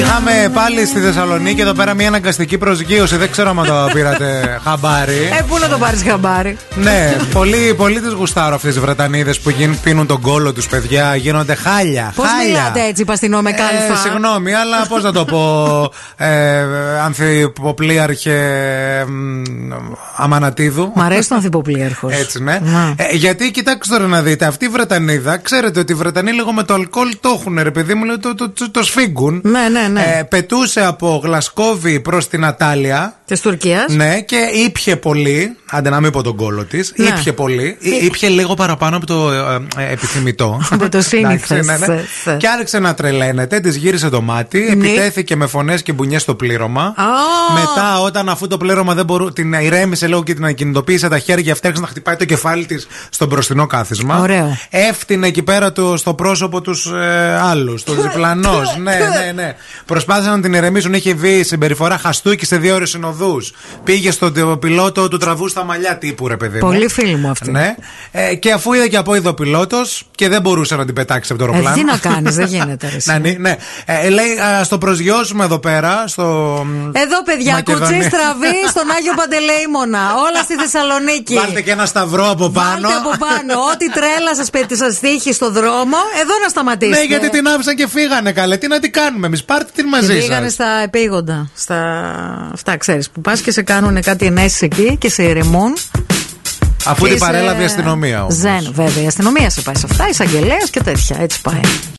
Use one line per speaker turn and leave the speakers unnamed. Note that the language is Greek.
Είχαμε πάλι στη Θεσσαλονίκη εδώ πέρα μια αναγκαστική προσγείωση. Δεν ξέρω αν το πήρατε χαμπάρι.
Ε, πού να το πάρεις χαμπάρι.
ναι, πολύ, πολύ τις γουστάρω αυτές τις Βρετανίδες που γίν- πίνουν τον κόλο τους, παιδιά. Γίνονται χάλια.
Πώς
χάλια.
μιλάτε έτσι, παστινό με κάλυφα.
Ε, συγγνώμη, αλλά πώς να το πω. Ε, Ανθιποπλίαρχε μ, Αμανατίδου.
Μ' αρέσει το ανθιποπλήρχο.
Έτσι, ναι. Ε, γιατί κοιτάξτε τώρα να δείτε, αυτή η Βρετανίδα, ξέρετε ότι οι Βρετανοί λίγο με το αλκοόλ το έχουν, ρε παιδί μου, λέει, το, το, το, το σφίγγουν.
Ναι, ναι, ναι.
Ε, πετούσε από Γλασκόβη προς την Ατάλια.
Της Τουρκίας.
Ναι, και ήπια πολύ. Άντε να μην πω τον κόλο της.
Ναι.
Ήπια πολύ. Ή- Ήπια λίγο παραπάνω από το ε, ε, επιθυμητό.
Από το σύνηθες. ε,
Εντάξει, ναι, ναι.
Σε, σε.
Και άρχισε να τρελαίνεται, της γύρισε το μάτι,
Ναι.
επιτέθηκε με φωνές και μπουνιές στο πλήρωμα. Μετά, όταν αφού το πλήρωμα δεν μπορούσε, την ηρέμησε λίγο και την ακινητοποίησε τα χέρια, αυτή άρχισε να χτυπάει το κεφάλι της στο μπροστινό κάθισμα.
Ωραίο.
Έφτιανε εκεί πέρα του, στο πρόσωπο τους ε, άλλους, τους διπλανό. ναι, ναι, ναι. Προσπάθησαν να την ηρεμήσουν. Είχε βγει συμπεριφορά χαστούκι σε δύο ώρες συνοδούς. Πήγε στον τε- πιλότο του τραβού στα μαλλιά τύπου, ρε παιδί. μου.
Πολύ φίλη μου αυτή.
Ναι. Ε, και αφού είδε και από είδο πιλότος και δεν μπορούσε να την πετάξει από το
Ε,
αεροπλάνο.
τι να κάνεις, δεν γίνεται. ρε, εσύ.
Να, ναι, ναι. Ε, λέει, α το προσγειώσουμε εδώ πέρα. Στο... μ,
Εδώ, παιδιά,
Μακεδονία.
κουτσή στραβή στον Άγιο Παντελεήμονα. Όλα στη Θεσσαλονίκη.
Βάλτε και ένα σταυρό από πάνω.
Βάλτε από πάνω. Ό,τι τρέλα σας πέτει, σα τύχει στο δρόμο, εδώ να σταματήσετε.
Ναι, γιατί την άφησαν και φύγανε καλέ. Τι να την κάνουμε εμείς, πάρτε την μαζί
Πήγανε
σα.
στα επίγοντα. Στα... Αυτά, ξέρεις. Που πας και σε κάνουν κάτι ενέσεις εκεί και σε ηρεμούν.
Αφού
Και
την
είσαι-
παρέλαβε η αστυνομία όμως.
Ζεν, βέβαια. Η αστυνομία σε πάει σε αυτά, εισαγγελέας και τέτοια. Έτσι πάει.